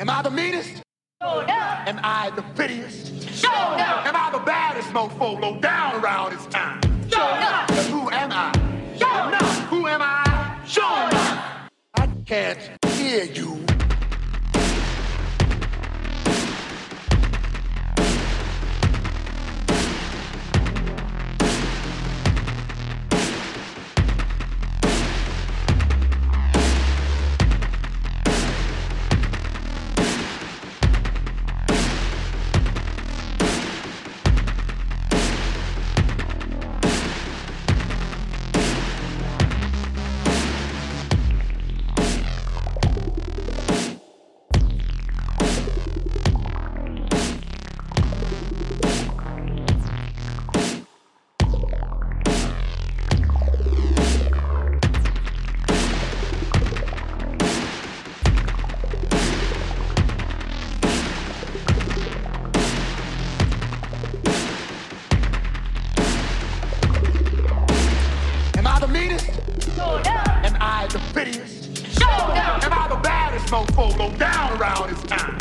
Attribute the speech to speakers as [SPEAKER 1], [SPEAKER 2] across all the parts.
[SPEAKER 1] Am I the meanest?
[SPEAKER 2] Showed up,
[SPEAKER 1] Am I the prettiest?
[SPEAKER 2] showed up,
[SPEAKER 1] Am I the baddest mofo low down around this time?
[SPEAKER 2] showed up,
[SPEAKER 1] But who am I?
[SPEAKER 2] showed up,
[SPEAKER 1] Who am I?
[SPEAKER 2] showed up.
[SPEAKER 1] I can't hear you. Am I the meanest?
[SPEAKER 2] Showed up,
[SPEAKER 1] Am I the prettiest?
[SPEAKER 2] showed up,
[SPEAKER 1] Am I the baddest mofo low down around this time?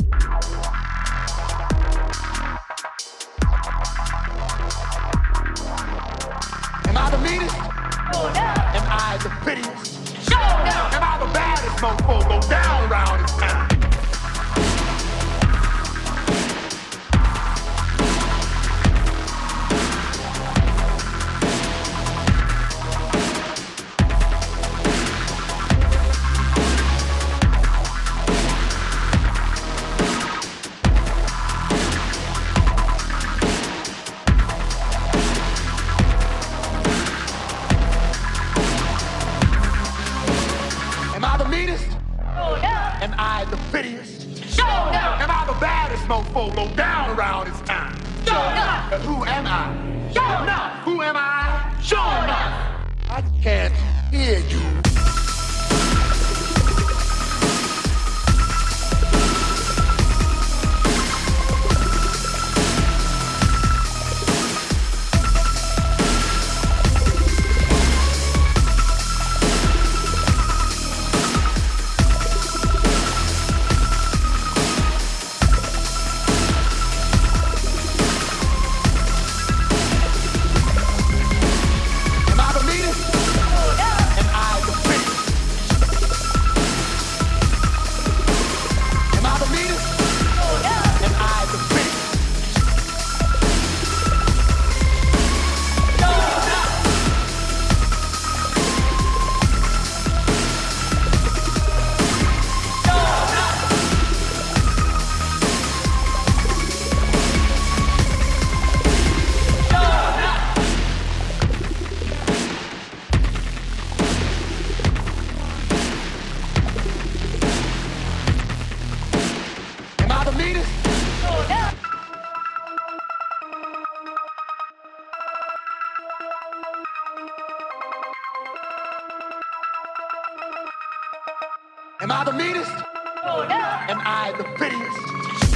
[SPEAKER 1] Am I the meanest?
[SPEAKER 2] showed up,
[SPEAKER 1] Am I the prettiest?
[SPEAKER 2] showed up.
[SPEAKER 1] Am I the baddest mofo low down around this time? Am I the meanest?
[SPEAKER 2] Showed up,
[SPEAKER 1] Am I the prettiest?
[SPEAKER 2] showed up,
[SPEAKER 1] Am I the baddest mofo low down around this time?
[SPEAKER 2] showed up,
[SPEAKER 1] But who am I?
[SPEAKER 2] showed up,
[SPEAKER 1] Who am I?
[SPEAKER 2] showed up.
[SPEAKER 1] I can't hear you. Am I the meanest?
[SPEAKER 2] Showed up,
[SPEAKER 1] Am I the prettiest? Am I the meanest?
[SPEAKER 2] showed up,
[SPEAKER 1] Am I the prettiest?
[SPEAKER 2] showed up.
[SPEAKER 1] Am I the meanest?
[SPEAKER 2] Showed up,
[SPEAKER 1] Am I the meanest?
[SPEAKER 2] showed up,
[SPEAKER 1] Am I the prettiest?
[SPEAKER 2] showed